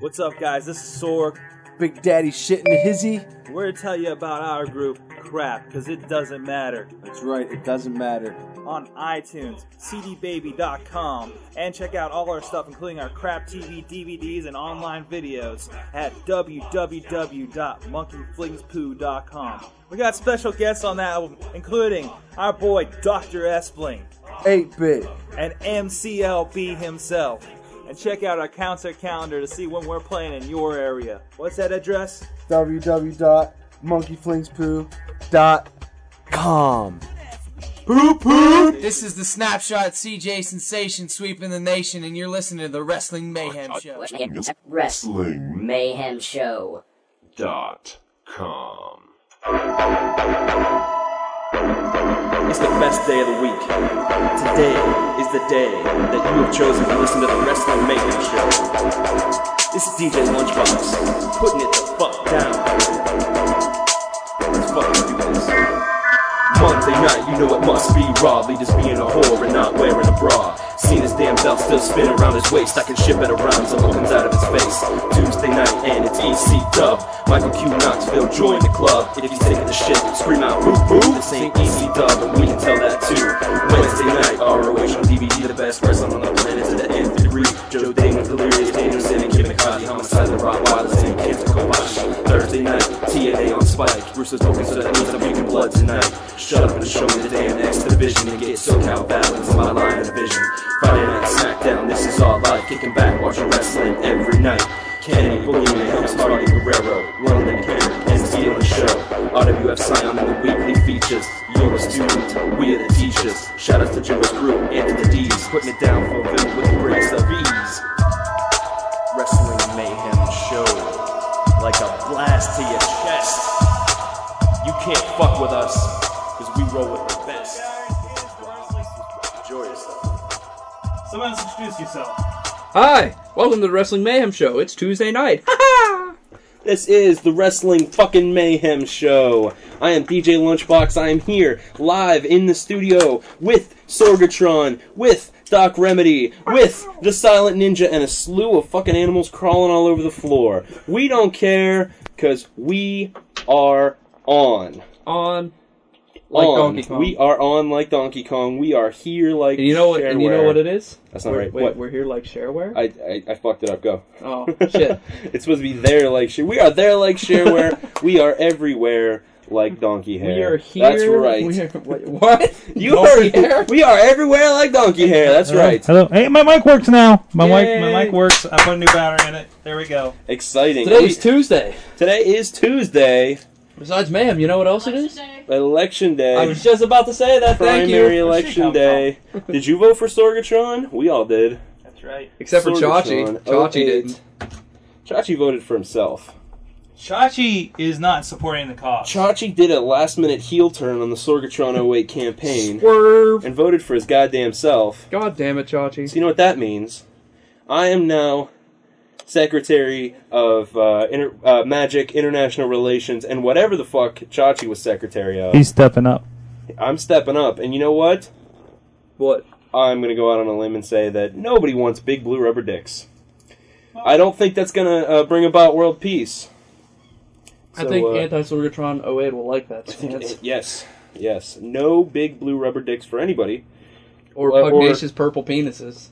What's up, guys? This is Sorg. Big Daddy shitting the hizzy. We're gonna tell you about our group, Crap, because it doesn't matter. That's right, it doesn't matter. On iTunes, cdbaby.com, and check out all our stuff, including our crap TV, DVDs, and online videos at www.monkeyflingspoo.com. We got special guests on that album, including our boy Dr. Espling 8 bit. and MCLB himself. And check out our concert calendar to see when we're playing in your area. What's that address? www.monkeyflingspoo.com. This is the snapshot CJ Sensation sweeping the nation, and you're listening to the Wrestling Mayhem Show. Wrestling Mayhem Show. dot com. It's the best day of the week. Today is the day that you have chosen to listen to the Wrestling Mayhem Show. This is DJ Lunchbox, putting it the fuck down. Let's fucking do this. Monday night, you know it must be raw. Leaders being a whore and not wearing a bra. Seen his damn belt still spin around his waist. I can ship it around so it comes out of his face. Tuesday night and it's EC dub. Michael Q Knoxville join the club. If he's taking the shit, scream out boo boo. This ain't EC dub, and we can tell that too. Wednesday night, ROH on DVD, the best wrestling on the planet to the nth degree. Joe Damon, Delirious Danielson, and Kim McCarthy. Homicide, the Rottweilers, and Kenta Kobashi. Thursday night, TNA on Spike. Bruce is open, so that means I'm drinking blood tonight. Shut up and show me the damn X division and get SoCal balance in my line of vision. Friday night SmackDown, this is all live. Kicking back, watching wrestling every night. Kenny, Boogeyman, Helms, Marty Guerrero, Roland Karen, and stealing the show. RWF Scion in the weekly features. You're a student, we are the teachers. Shout out to Joe's crew and to the D's. Putting it down for Bill with the greatest of ease. Wrestling Mayhem Show. Like a blast to your chest. You can't fuck with us, because we roll with the best. Enjoy yourself. Someone else introduce yourself. Hi, welcome to the Wrestling Mayhem Show. It's Tuesday night. This is the Wrestling Fucking Mayhem Show. I am DJ Lunchbox. I am here live in the studio with Sorgatron, with Doc Remedy, with the Silent Ninja, and a slew of fucking animals crawling all over the floor. We don't care, because we are on. On like on. Donkey Kong. We are on like Donkey Kong. We are here like and you know what? And you know what it is? That's not We're- right. Wait, What? we're here like shareware. I, I, I fucked it up. Go. oh shit! it's supposed to be there like share. We are there like shareware. we are everywhere like donkey hair. We are here. That's right. we are- wait, what? you Don't are we care? We are everywhere like donkey hair. That's Uh-huh. right. Hello. Hey, my mic works now. My mic, Yay. my mic works. I put a new battery in it. There we go. Exciting. Today's We- Tuesday. today is Tuesday, Besides Mayhem, you know what else it is? election day. I was just about to say that. Thank primary you. election day. did you vote for Sorgatron? We all did. That's right. Except for Sorgatron, Chachi. Chachi 08. didn't. Chachi voted for himself. Chachi is not supporting the cause. Chachi did a last minute heel turn on the Sorgatron 08 campaign Swerve. and voted for his goddamn self. God damn it, So Chachi. you know what that means? I am now Secretary of uh, Inter- uh, Magic International Relations and whatever the fuck Chachi was Secretary of. He's stepping up. I'm stepping up, and you know what? What? I'm gonna go out on a limb and say that nobody wants big blue rubber dicks. I don't think that's gonna uh, bring about world peace. I So, think uh, Anti Sorgatron 08 will like that. stance. yes, yes, no big blue rubber dicks for anybody. Or Or- pugnacious purple penises.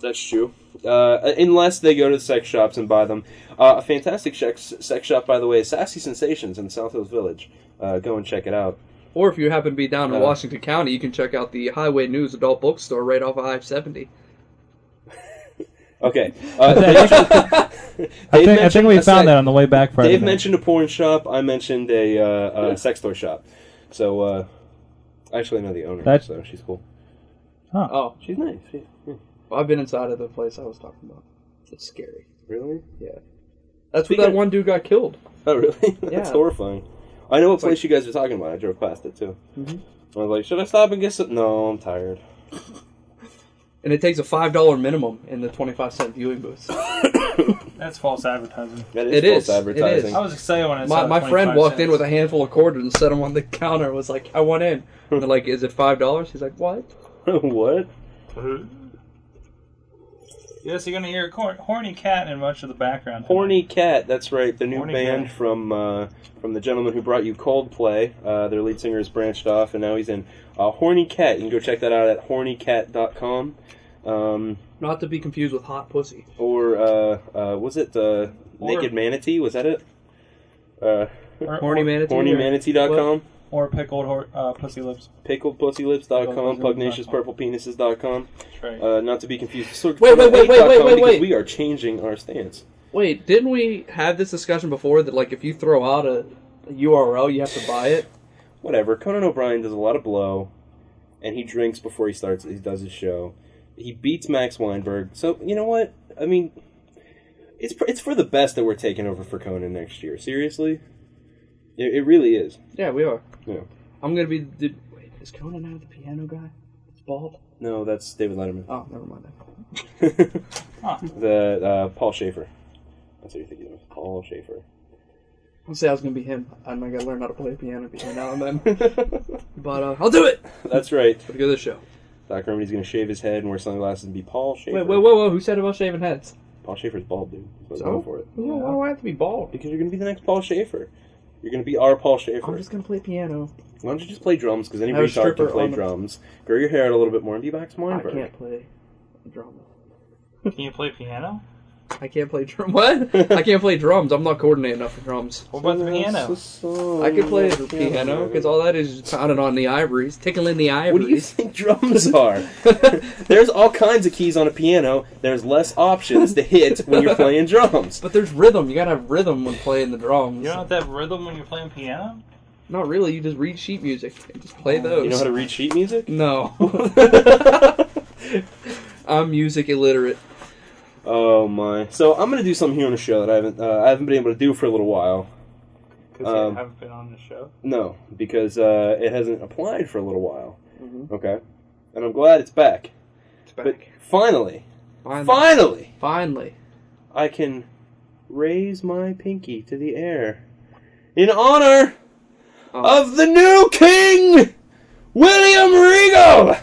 That's true. Uh, unless they go to the sex shops and buy them. Uh, a fantastic sex, sex shop, by the way, is Sassy Sensations in South Hills Village. Uh, go and check it out. Or if you happen to be down in Uh. Washington County, you can check out the Highway News Adult Bookstore right off of I seventy. Okay. Uh, they mentioned- I they think, I mentioned think we a found sec- that on the way back Friday. Dave night. mentioned a porn shop. I mentioned a, uh, uh sex toy shop. So, uh, I actually know the owner, That's- so she's cool. Oh, She's nice. yeah, yeah. I've been inside of the place I was talking about. It's scary. Really? Yeah. That's where Speaking that of- one dude got killed. Oh, really? That's Yeah. horrifying. I know what place you guys are talking about. I drove past it, too. I was like, should I stop and get some? No, I'm tired. And it takes a five dollar minimum in the twenty five cent viewing booth. That's false advertising. That It is is. It false advertising. is. I was excited when I saw My, the my friend 25 walked in cents. with a handful of quarters and set them on the counter. and Was like, "I want in." And they're like, "Is it five dollars?" He's like, "What?" what? Yes, you're gonna hear a cor- horny cat in much of the background. Horny Cat, that's right, the new Horny band Cat. from uh, from the gentleman who brought you Coldplay. Uh, their lead singer has branched off, and now he's in uh, Horny Cat. You can go check that out at hornycat.com. Um, Not to be confused with hot pussy. or uh, uh, was it uh, Naked Manatee? Was that it? Uh, Or, Horny or- manatee. hornymanatee.com, Or pickled hor- uh, pussy lips. pickledpussylips.com, Pickledpussylips.com. pugnaciouspurplepenises.com. That's right. Uh, not to be confused with Wait, wait, wait, wait, wait, wait, circumambulate.com, because wait. We are changing our stance. Wait, didn't we have this discussion before that like if you throw out a, a URL, you have to buy it? whatever. Conan O'Brien does a lot of blow, and he drinks before he starts. He does his show. He beats Max Weinberg. So you know what? I mean, it's pr- it's for the best that we're taking over for Conan next year. Seriously, it, it really is. Yeah, we are. Yeah. I'm gonna be. The, wait, is Conan now the piano guy? It's bald. No, that's David Letterman. Oh, never mind. that. The uh, Paul Schaefer. That's what you're thinking of. Paul Schaefer. I say I was gonna be him, and I gotta learn how to play piano between now and then. but uh, I'll do it. That's right. But go to the show. Doc Remedy's gonna shave his head and wear sunglasses and be Paul Schaefer. Wait, wait, whoa, whoa! Who said about shaving heads? Paul Schaefer's bald, dude. So So? go for it. Why why do I have to be bald? Because you're gonna be the next Paul Schaefer. You're gonna be our Paul Schaefer. I'm just gonna play piano. Why don't you just play drums? Because any Have a retard can stripper play on the- drums. Grow your hair out a little bit more and be Max I Weinberg. can't play drums. Can you play piano? I can't play drum. What? I can't play drums. I'm not coordinated enough for drums. What about the piano? I could play the piano because all that is just pounding on the ivories, tickling the ivories. What do you think drums are? There's all kinds of keys on a piano. There's less options to hit when you're playing drums. But there's rhythm. You gotta have rhythm when playing the drums. You don't have to have rhythm when you're playing piano. Not really. You just read sheet music and just play those. Oh. You know how to read sheet music? no. I'm music illiterate. Oh my! So I'm gonna do something here on the show that I haven't uh, I haven't been able to do for a little while. Because Um, you haven't been on the show. No, because uh, it hasn't applied for a little while. Mm-hmm. Okay, and I'm glad it's back. It's But finally, Finally. finally, Finally. I can raise my pinky to the air in honor Oh. of the new king, William Regal.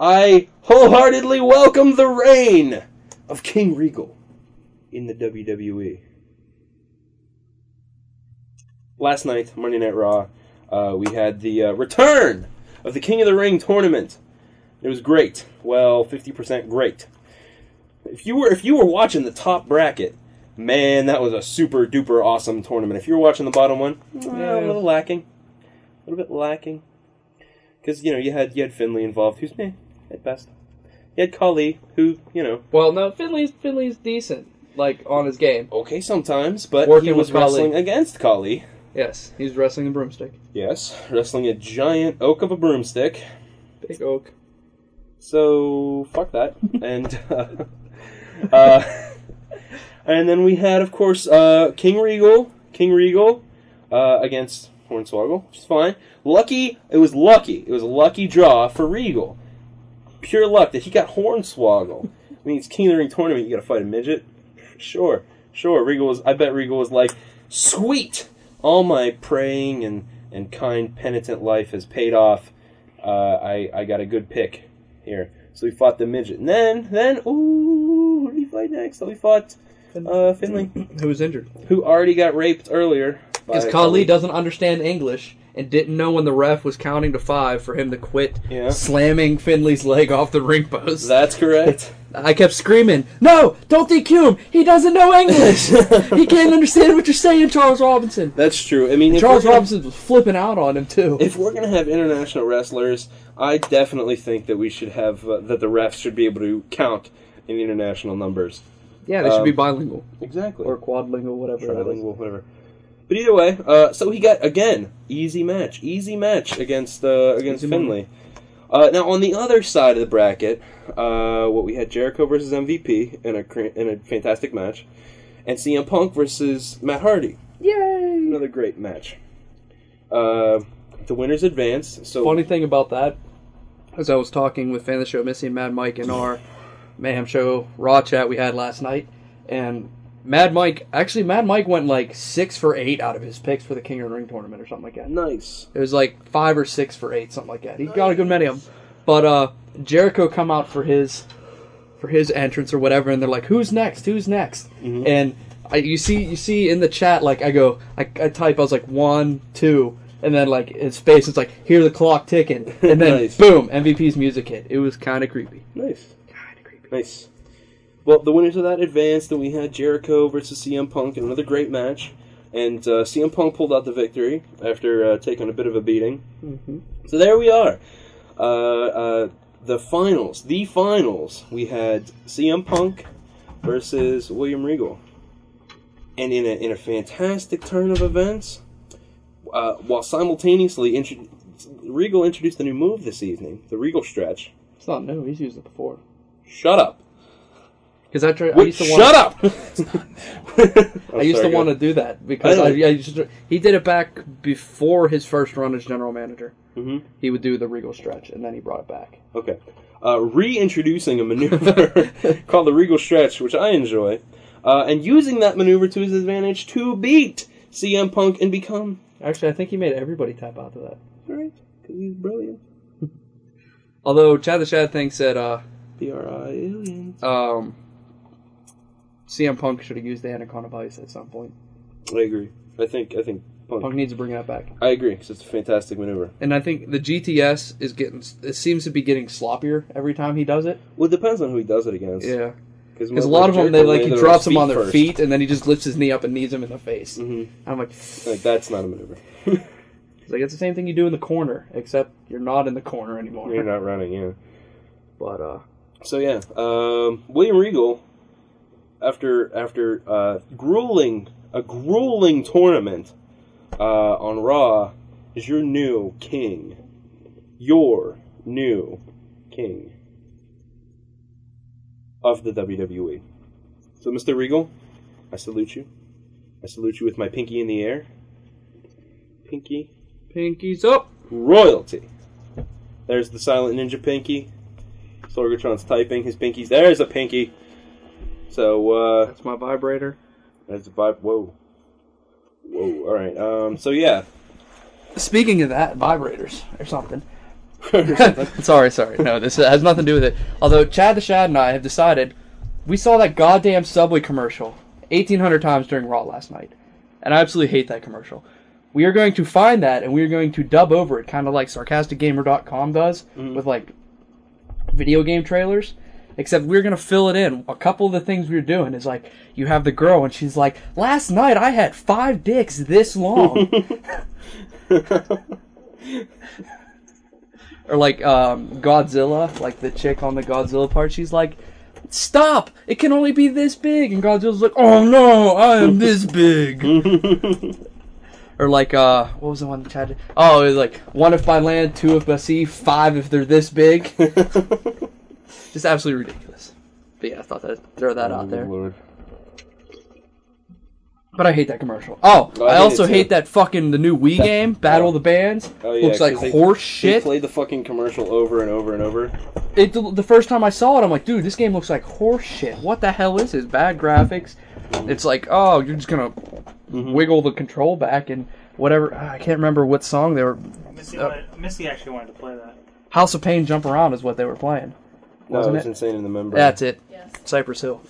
I wholeheartedly welcome the reign of King Regal in the E. WWE. Last night, Monday Night Raw, uh, we had the uh, return of the King of the Ring tournament. It was great. Well, fifty percent great if you were if you were watching the top bracket, man, that was a super duper awesome tournament. If you were watching the bottom one, eh, a little lacking, a little bit lacking, because you know you had you had Finley involved, who's meh at best. You had Kali, who you know Well, no, Finley's Finley's decent, like on his game. okay sometimes, but Working he was with Khali. wrestling against Kali. Yes, he's wrestling a broomstick. Yes, wrestling a giant oak of a broomstick. Big oak. So fuck that. and uh, uh, and then we had, of course, uh, King Regal, King Regal uh, against Hornswoggle, which is fine. Lucky, it was lucky. It was a lucky draw for Regal. Pure luck that he got Hornswoggle. I mean, it's King of the Ring tournament. You got to fight a midget. Sure, sure. Regal was. I bet Regal was like, sweet. All my praying and and kind penitent life has paid off. Uh, I I got a good pick here. So we fought the midget, and then then ooh, who did we fight next? So we fought uh, Finley, Who was injured? who already got raped earlier. by Because Kali doesn't understand English and didn't know when the ref was counting to five for him to quit Yeah. slamming Finley's leg off the ring post. That's correct. I kept screaming, "No! Don't DQ him! He doesn't know English. he can't understand what you're saying, Charles Robinson." That's true. I mean, if Charles we're gonna- Robinson was flipping out on him too. If we're gonna have international wrestlers, I definitely think that we should have uh, that the refs should be able to count in international numbers. yeah, they should be bilingual Exactly. or quadlingual, whatever. that is. trilingual, whatever. But either way, uh, so he got again easy match, easy match against uh, against Finley. Uh, now on the other side of the bracket, uh, what we had Jericho versus MVP in a cra- in a fantastic match, and CM Punk versus Matt Hardy. Yay! Another great match. Uh, the winners advance. So Funny thing about that, as I was talking with fan of the show Missy and Mad Mike in our Mayhem Show Raw chat we had last night, and Mad Mike actually Mad Mike went like six for eight out of his picks for the King of the Ring tournament or something like that. nice. It was like five or six for eight, something like that. He got a good many of them. But uh, Jericho come out for his for his entrance or whatever, and they're like, "Who's next? Who's next?" And I, you see, you see in the chat, like I go, I, I type, I was like one, two, and then like his face, it's like hear the clock ticking, and then Nice. boom, MVP's music hit. It was kind of creepy. Nice. Nice. Well, the winners of that advanced, and we had Jericho versus CM Punk in another great match. And uh, CM Punk pulled out the victory after uh, taking a bit of a beating. Mm-hmm. So there we are. Uh, uh, the finals, the finals. We had CM Punk versus William Regal. And in a, in a fantastic turn of events, uh, while simultaneously intro- Regal introduced a new move this evening, the Regal stretch. It's not new. He's used it before. Shut up. Because I, tried I Wait, used to shut want. up! Oh, I used to want to do that because I, I I, know. used to, he did it back before his first run as general manager. Mhm. He would do the regal stretch, and then he brought it back. Okay. Uh, reintroducing a maneuver called the Regal Stretch, which I enjoy, uh, and using that maneuver to his advantage to beat CM Punk and become. Actually, I think he made everybody tap out to that. Alright, because he's brilliant. Although Chad the Chad thing said, uh, B.R.I. Alien. um, CM Punk should have used the Anaconda Vice at some point. I agree. I think, I think Punk. Punk needs to bring that back. I agree, because it's a fantastic maneuver. And I think the GTS is getting, it seems to be getting sloppier every time he does it. Well, it depends on who he does it against. Yeah. Because Because a lot of them, they like, he drops them on their feet, and then he just lifts his knee up and knees him in the face. I'm like, it's Like, that's not a maneuver. like, it's the same thing you do in the corner, except you're not in the corner anymore. You're not running, yeah. But, uh, So yeah, um, William Regal, after after uh, grueling a grueling tournament uh, on Raw, is your new king. Your new king of the WWE. So, Mr. Regal, I salute you. I salute you with my pinky in the air. Pinky pinkies up! royalty. There's the silent ninja pinky. Sorgatron's typing his pinkies. There's a pinky. So uh, That's my vibrator. there's a vibe. Whoa, whoa. All right. Um. So yeah. Speaking of that, vibrators or something. sorry, sorry. No, this has nothing to do with it. Although Chad the Shad and I have decided, we saw that goddamn Subway commercial 1,800 times during Raw last night, and I absolutely hate that commercial. We are going to find that, and we are going to dub over it, kind of like SarcasticGamer.com does with like video game trailers. Except we're gonna fill it in. A couple of the things we were doing is like you have the girl, and she's like, "Last night I had five dicks this long." or like um, Godzilla, like the chick on the Godzilla part, she's like, "Stop! It can only be this big." And Godzilla's like, "Oh no, I am this big." or like, uh, what was the one? Chad? did? Oh, it was like one if by land, two if by sea, five if they're this big. Just absolutely ridiculous. But yeah, I thought that I'd throw that out there. Lord. But I hate that commercial. Oh, I I, hate also it too. hate that fucking the new Wii game, Battle of the Bands. Oh yeah. Looks like 'cause they- horse They shit. played the fucking commercial over and over and over. it the first time I saw it, I'm like, dude, this game looks like horse shit. What the hell is this? Bad graphics. It's like, oh, you're just gonna Mm-hmm. wiggle the control back and whatever. Ah, I can't remember what song they were. Missy, wanted, Missy actually wanted to play that. House of Pain, Jump Around is what they were playing. No, it Wasn't was it? insane in the member. That's it. Cypress Hill.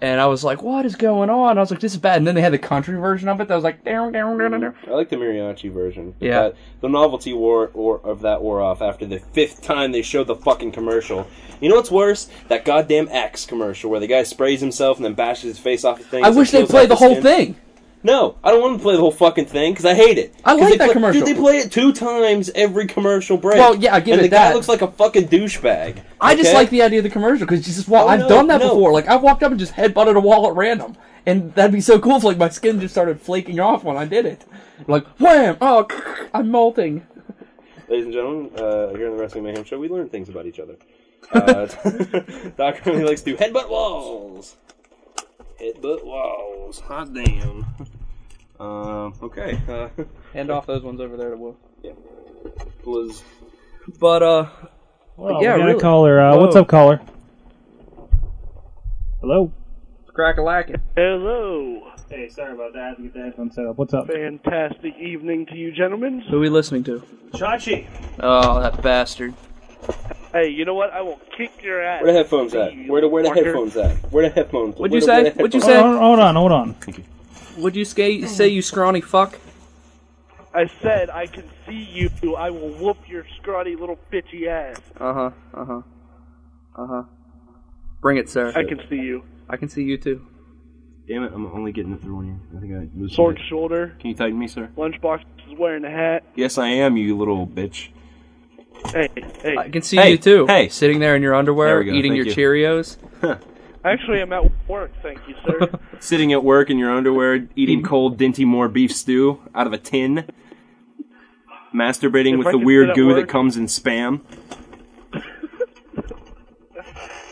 And I was like, what is going on? I was like, this is bad. And then they had the country version of it that was like, down, down, down, down, down. I like the mariachi version. Yeah. That- the novelty wore or of that wore off after the fifth time they showed the fucking commercial. You know what's worse? That goddamn Axe commercial where the guy sprays himself and then bashes his face off the thing. I wish they played the whole thing. No, I don't want to play the whole fucking thing because I hate it. I 'Cause like they that play- commercial. Dude, they play it two times every commercial break. Well, yeah, I give and it the guy that. looks like a fucking douchebag. I just okay? like the idea of the commercial because just well, Oh, I've no, done that no. before. Like I walked up and just headbutted a wall at random, and that'd be so cool if like my skin just started flaking off when I did it. Like wham! Oh, I'm melting. Ladies and gentlemen, uh, here on the Wrestling Mayhem Show, we learn things about each other. Uh, Doc currently likes to headbutt walls. Headbutt walls. Hot damn. Um, okay. Uh, Hand off those ones over there to Wolf. was But uh, Well, yeah, we got really. a caller. Uh, what's Whoa. up, caller? Hello. crack a lacking. Hello. Hey, sorry about that. Get the headphones set up. What's up? Fantastic evening to you, gentlemen. Who are we listening to? Chachi. Oh, that bastard. Hey, you know what? I will kick your ass. Where the headphones at? You Where the where the fucker. headphones at? Where the headphones? What'd you where the- say? where the What'd you headphones- say? Hold on, hold on, hold on. Would you say, say you scrawny fuck? I said I can see you. I will whoop your scrawny little bitchy ass. Uh huh. Uh huh. Uh huh. Bring it, sir. I can see you. I can see you too. Damn it, I'm only getting it through one ear. I think I lose Sword shoulder. Can you tighten me, sir? Lunchbox is wearing a hat. Yes, I am, you little bitch. Hey, hey. I can see Hey, you too. hey. sitting there in your There underwear, we go, eating your thank Cheerios. Actually, I'm at work. Thank you, sir. Sitting at work in your underwear, eating cold Dinty Moore beef stew out of a tin. Masturbating If with I the could weird sit at goo that work- comes in spam.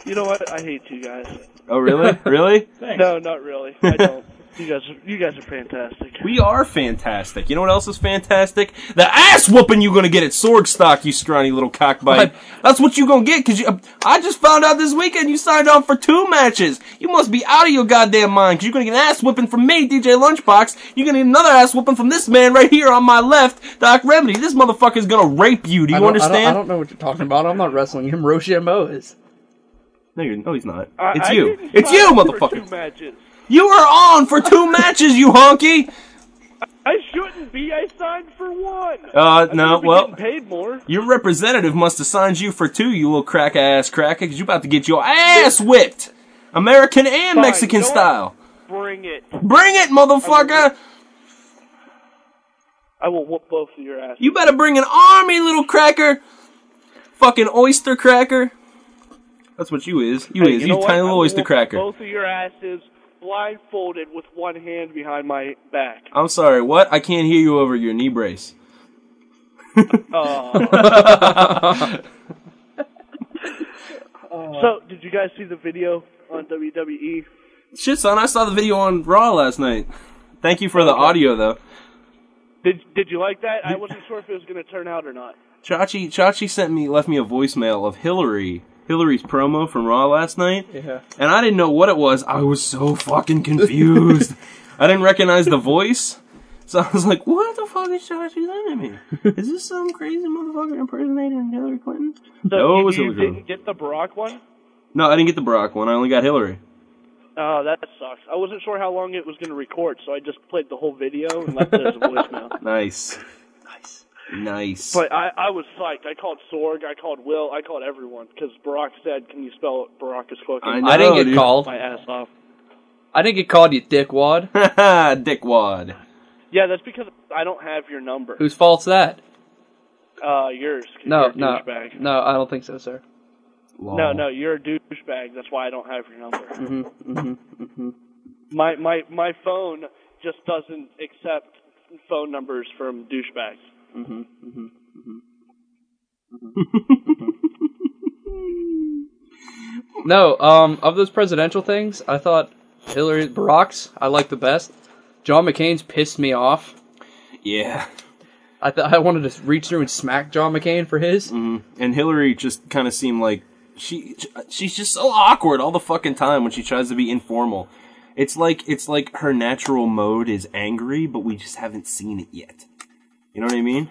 you know what? I hate you guys. Oh, really? really? No, not really. I don't. You guys, are, you guys are fantastic. We are fantastic. You know what else is fantastic? The ass whooping you gonna get at Swordstock, you scrawny little cockbite. What? That's what you gonna get, cause you, I just found out this weekend you signed on for two matches. You must be out of your goddamn mind, cause you're gonna get an ass whooping from me, DJ Lunchbox. You're gonna get another ass whooping from this man right here on my left, Doc Remedy. This motherfucker's gonna rape you. Do I you don't- understand? I don't, I don't know what you're talking about. I'm not wrestling him. Rochambeau is. No, you're, no, he's not. I- it's I you. didn't It's sign you, up for Two motherfucker. matches. You were on for two matches, you honky. I shouldn't be. I signed for one. Uh, I no, should've been well. getting paid more. Your representative must have signed you for two, you little crack ass cracker, because you about to get your ass whipped. American and Fine, Mexican you know style. Bring it. Bring it, motherfucker! I will whoop both of your asses. You better bring an army, little cracker! Fucking oyster cracker. That's what you is. You Hey, is. You, know what? tiny I little will oyster whoop cracker. Both of your asses blindfolded with one hand behind my back. I'm sorry, what? I can't hear you over your knee brace. Oh. so, did you guys see the video on E? WWE? Shit, son, I saw the video on Raw last night. Thank you for the audio, though. Did Did you like that? I wasn't sure if it was going to turn out or not. Chachi Chachi sent me left me a voicemail of Hillary Hillary's promo from Raw last night. Yeah. And I didn't know what it was. I was so fucking confused. I didn't recognize the voice. So I was like, what the fuck is Chachi sending me? Is this some crazy motherfucker impersonating Hillary Clinton? So No, you, it was you Hillary Clinton. didn't get the Brock one. No, I didn't get the Brock one. I only got Hillary. Oh, that sucks. I wasn't sure how long it was going to record, so I just played the whole video and left it as a voicemail. Nice. Nice. Nice. But I, I was psyched. I called Sorg, I called Will, I called everyone because Barack said, "Can you spell Barack is fucking?" I I didn't know, get dude. called. my ass off. I didn't get called, you dickwad. Dickwad. Yeah, that's because I don't have your number. Whose fault's that? Uh, yours. 'cause No, you're a no, douchebag. no. I don't think so, sir. No, no, you're a douchebag. That's why I don't have your number. Oh. Mm-hmm, mm-hmm. My my my phone just doesn't accept phone numbers from douchebags. No. Um, of those presidential things, I thought Hillary Barack's I like the best. John McCain's pissed me off. Yeah. I thought I wanted to reach through and smack John McCain for his. and Hillary just kind of seemed like she she's just so awkward all the fucking time when she tries to be informal. It's like it's like her natural mode is angry, but we just haven't seen it yet. You know what I mean?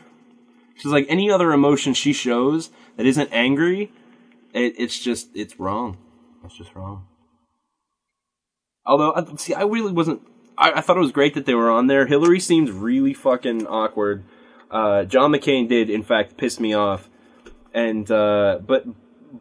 She's like any other emotion she shows that isn't angry, it, it's just it's wrong. It's just wrong. Although I- see, I really wasn't. I, I thought it was great that they were on there. Hillary seems really fucking awkward. Uh, John McCain did, in fact, piss me off and uh but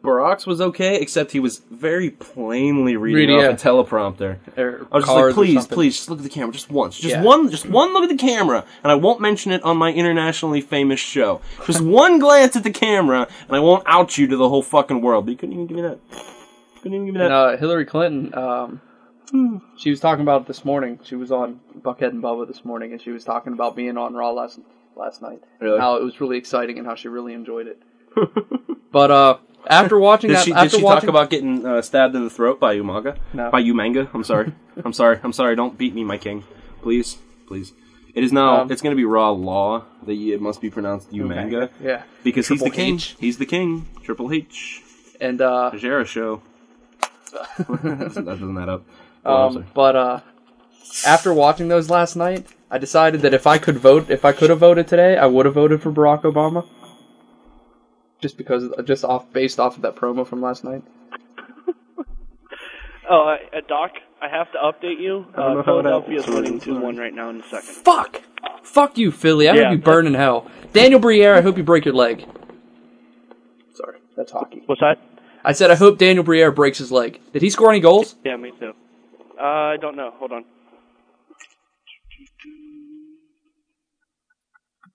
Barack's was okay, except he was very plainly reading Read- off yeah. a teleprompter. Or I was just cars like, or please, something." please, just look at the camera, just once, just Yeah. one, just one look at the camera, and I won't mention it on my internationally famous show. Just one glance at the camera, and I won't out you to the whole fucking world. But you couldn't even give me that. Couldn't even give me that. And, uh, Hillary Clinton, um, she was talking about it this morning. She was on Buckhead and Bubba this morning, and she was talking about being on Raw last last night. Really? How it was really exciting and how she really enjoyed it. but uh, after watching Did that, she, did after she watching, talk about getting uh, stabbed in the throat by Umaga? No. By Umanga? I'm sorry. I'm sorry. I'm sorry. Don't beat me, my king. Please. Please. It is now, Um, it's going to be raw law that you, it must be pronounced Umanga. yeah, Because he's the Triple king. H. He's the king. Triple H. and uh, Jera show. that doesn't add up. Go on, Um, but uh, after watching those last night, I decided that if I could vote, if I could have voted today, I would have voted for Barack Obama. just because just off based off of that promo from last night. Oh, I, uh, Doc, I have to update you. I don't know Uh, how that Philadelphia's works. winning 2 1 right now in a second. Fuck! Fuck you, Philly. I Yeah. hope you burn in hell. Daniel Briere, I hope you break your leg. Sorry, that's hockey. What's that? I said I hope Daniel Briere breaks his leg. Did he score any goals? Yeah, me too. Uh, I don't know. Hold on.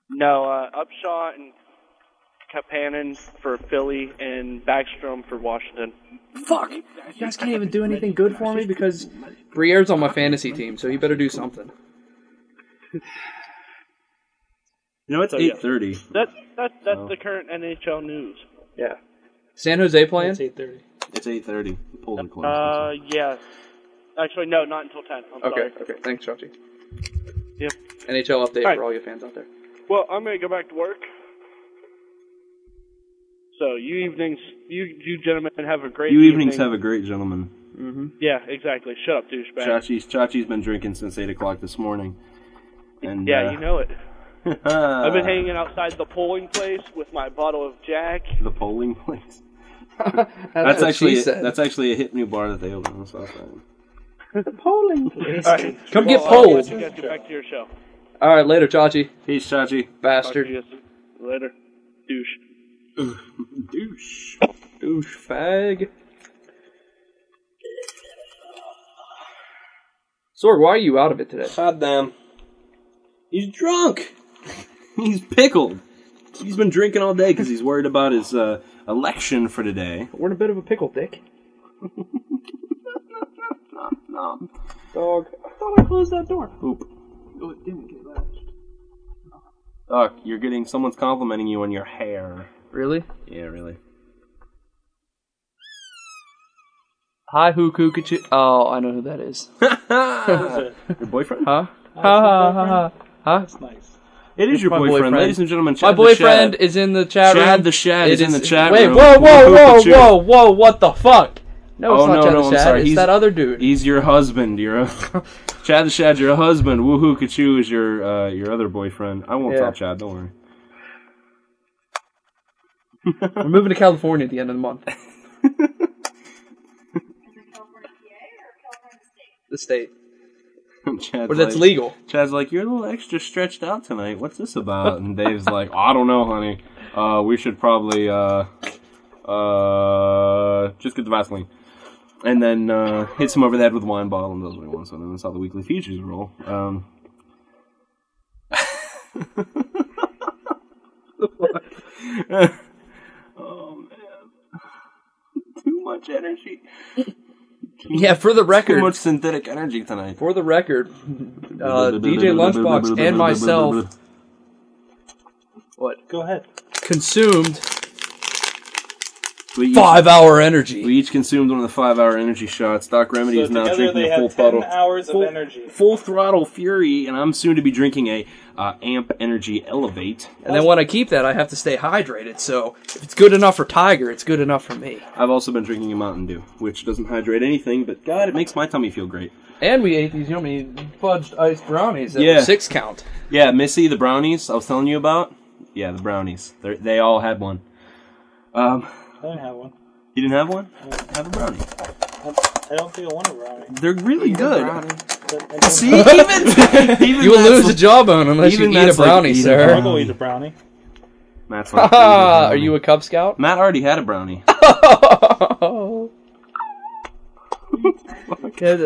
No, uh, Upshot and Kapanen for Philly and Backstrom for Washington. Fuck! You guys can't even do anything good for me because Briere's on my fantasy team, so you better do something. No, it's So, yeah. eight thirty. That's that's that's Oh. the current NHL news. Yeah. San Jose playing? It's eight thirty. It's eight thirty. Poland closed. Uh, yeah. Actually, no, not until ten. I'm Okay, sorry. okay. Thanks, Chachi. Yep. NHL update Alright. for all your fans out there. Well, I'm gonna go back to work. So you evenings, you you gentlemen have a great. you evenings evening. have a great gentleman. Mm-hmm. Yeah, exactly. Shut up, douchebag. Chachi's Chachi's been drinking since eight o'clock this morning. And Yeah, uh, you know it. know. I've been hanging outside the polling place with my bottle of Jack. the polling place. That's, what actually she said. that's actually a hit new bar that they opened on the south side. The polling place. Come get Well, I'll polled. let you guys get back to your show. All right, later, Chachi. Peace, Chachi. Bastard. Talk to you guys Later, douche. douche. Douche fag. Sorg, why are you out of it today? God damn. He's drunk. He's pickled. He's been drinking all day because he's worried about his uh, election for today. We're in a bit of a pickle, Dick. No. Dog. I thought I closed that door. Oop. Doc, you're getting someone's complimenting you on your hair. Really? Yeah, really. Hi, who kukachu? Oh, I know who that is. Ah! Your boyfriend? Huh? Ha my ha ha ha. Huh? That's nice. It is It's your my boyfriend, boyfriend. ladies and gentlemen. My Chad the boyfriend Shad. is in the chat room. Chad the Shad It is in the chat Wait, room. whoa, whoa, whoa, Kukachu. whoa, whoa! What the fuck? No, it's oh not no, Chad no, the I'm Shad. sorry. It's he's that other dude. He's your husband. Your Chad the Shad, your husband. Woohoo, Kachu is your uh, your other boyfriend. I won't Yeah. tell Chad. Don't worry. We're moving to California at the end of the month. the state. Chad's Or that's like- legal. Chad's like, you're a little extra stretched out tonight. What's this about? And Dave's like, I don't know, honey. Uh, we should probably uh, uh, just get the Vaseline. And then uh, hits him over the head with a wine bottle and does what he wants. And then that's how the weekly features roll. Um, oh man, too much energy. Yeah, for the record. Too much synthetic energy tonight. For the record, uh, DJ Lunchbox and myself What? Go ahead. consumed We each- five-hour energy. We each consumed one of the five-hour energy shots. Doc Remedy So is now together drinking they a have full 10 bottle, hours of full, energy. full throttle fury, and I'm soon to be drinking a uh, amp energy elevate. And then when I keep that, I have to stay hydrated. So if it's good enough for Tiger, it's good enough for me. I've also been drinking a Mountain Dew, which doesn't hydrate anything, but God, it makes my tummy feel great. And we ate these yummy fudged ice brownies. That Yeah. were six count. Yeah, Missy, the brownies I was telling you about. Yeah, the brownies. They're, they all had one. Um, I didn't have one. you didn't have one? Have a brownie. I don't think I want a brownie. They're really good. See, even You will that's lose like- a jawbone unless you even eat a that's like brownie, eating sir. brownie. I'll go eat a brownie. Matt's like, Are you a Cub Scout? Matt already had a brownie. yeah,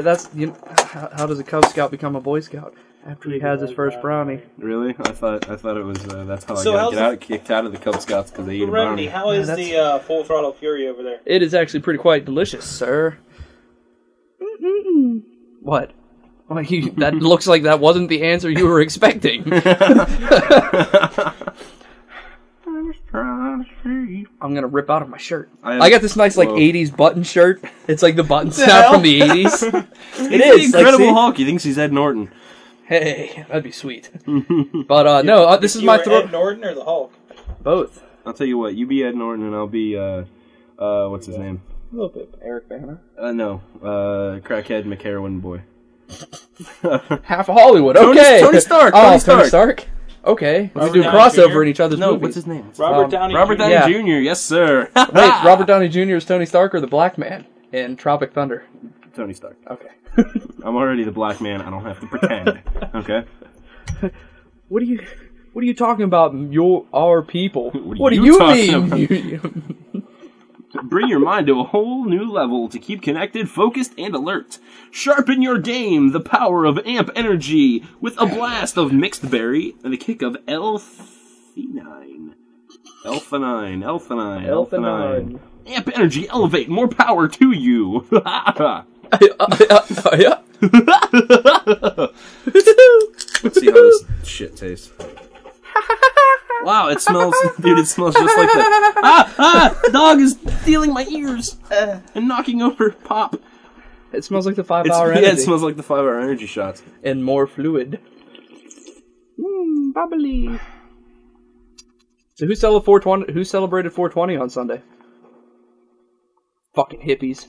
that's you know, how, how does a Cub Scout become a Boy Scout after he has his first brownie? Really? I thought I thought it was uh, that's how So I got how's get out, kicked out of the Cub Scouts because they eat a Remedy, brownie. how is the uh, full throttle fury over there? It is actually pretty quite delicious, sir. What? Well, you, that looks like that wasn't the answer you were expecting. I'm gonna rip out of my shirt. I I, am- got this nice like Whoa. '80s button shirt. It's like the button The snap hell? from the '80s. It is, is the like, Incredible see? Hulk. He thinks he's Ed Norton. hey, that'd be sweet. But uh, no, uh, this is you my were throat. Ed Norton or the Hulk? Both. I'll tell you what. You be Ed Norton, and I'll be uh, uh, what's his name? A little bit. Eric Banner. Uh, no, uh, crackhead McHeroin boy. Half of Hollywood. Tony- Okay. Tony Stark, Oh, Tony Stark. Stark. Okay, Robert we do a Downey crossover Jr.? in each other's No, movies. what's his name? Robert Um, Downey Robert Jr. Downey Jr., yes, sir. Wait, Robert Downey Jr. is Tony Stark or the Black Man in Tropic Thunder? Tony Stark. Okay. I'm already the black man. I don't have to pretend. Okay. What are you? What are you talking about? Your our people? What, are do you you talking mean? about? Bring your mind to a whole new level to keep connected, focused, and alert. Sharpen your game, the power of amp energy, with a blast of mixed berry and the kick of elfinine. Elfinine, elfinine, elfinine. Amp energy, elevate, more power to you. Let's see how this shit tastes. Wow, it smells, dude. It smells just like that. Ah, ah! Dog is stealing my ears uh, and knocking over pop. It smells like the five It's- hour yeah, energy. it smells like the five hour energy shots. and more fluid. Mm, bubbly. So who celebrated 420? Who celebrated 420 on Sunday? Fucking hippies.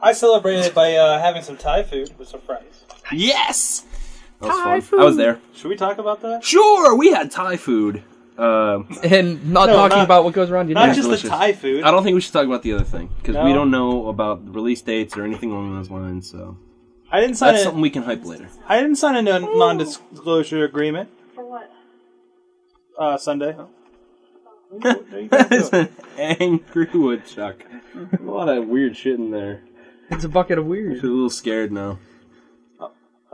I celebrated by uh, having some Thai food with some fries. Yes. That was Thai fun. I was food. there. Should we talk about that? Sure, we had Thai food. Um, and not No, talking not- about what goes around your not neck. just the Thai food. I don't think we should talk about the other thing because we No. don't know about the release dates or anything along those lines. So I didn't sign a- that's something we can hype later. I didn't sign a non- non-disclosure agreement For what? uh, Sunday. it's an angry woodchuck. A lot of weird shit in there. It's a bucket of weird. I'm a little scared now.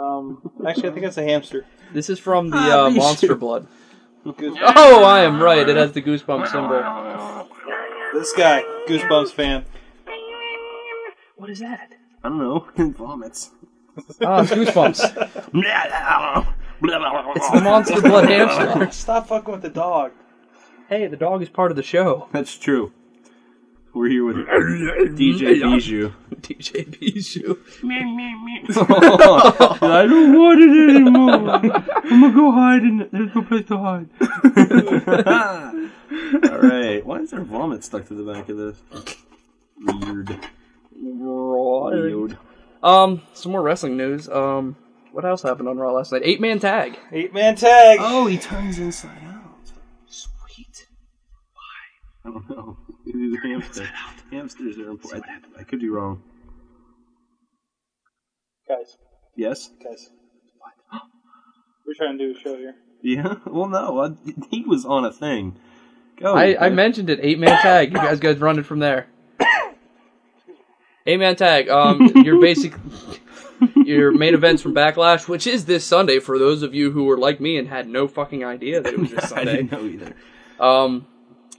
Um, actually, I think that's a hamster. This is from the Ah, uh, me Monster too. Blood. Goosebumps. Oh, I am right. It has the goosebumps symbol. This guy, Goosebumps fan. What is that? I don't know. It vomits. Ah, it's goosebumps. it's the Monster Blood hamster. Stop fucking with the dog. Hey, the dog is part of the show. That's true. We're here with DJ Bijou. DJ Bijou. I don't want it anymore. I'm gonna go hide in. There's no place to hide. All right. Why is there vomit stuck to the back of this? Weird. Weird. Um, some more wrestling news. Um, what else happened on Raw last night? Eight man tag. Eight man tag. Oh, he turns inside out. Sweet. I don't know. He's a hamster. Hamsters are important. I could be wrong. Guys, Yes. guys. We're trying to do a show here. Yeah. Well, no. I, he was on a thing. Go. I, I Dave. mentioned it. Eight man tag. You guys guys run it from there. Eight man tag. Um, your basic, your main events from Backlash, which is this Sunday. For those of you who were like me and had no fucking idea that it was this I Sunday. didn't know either. Um,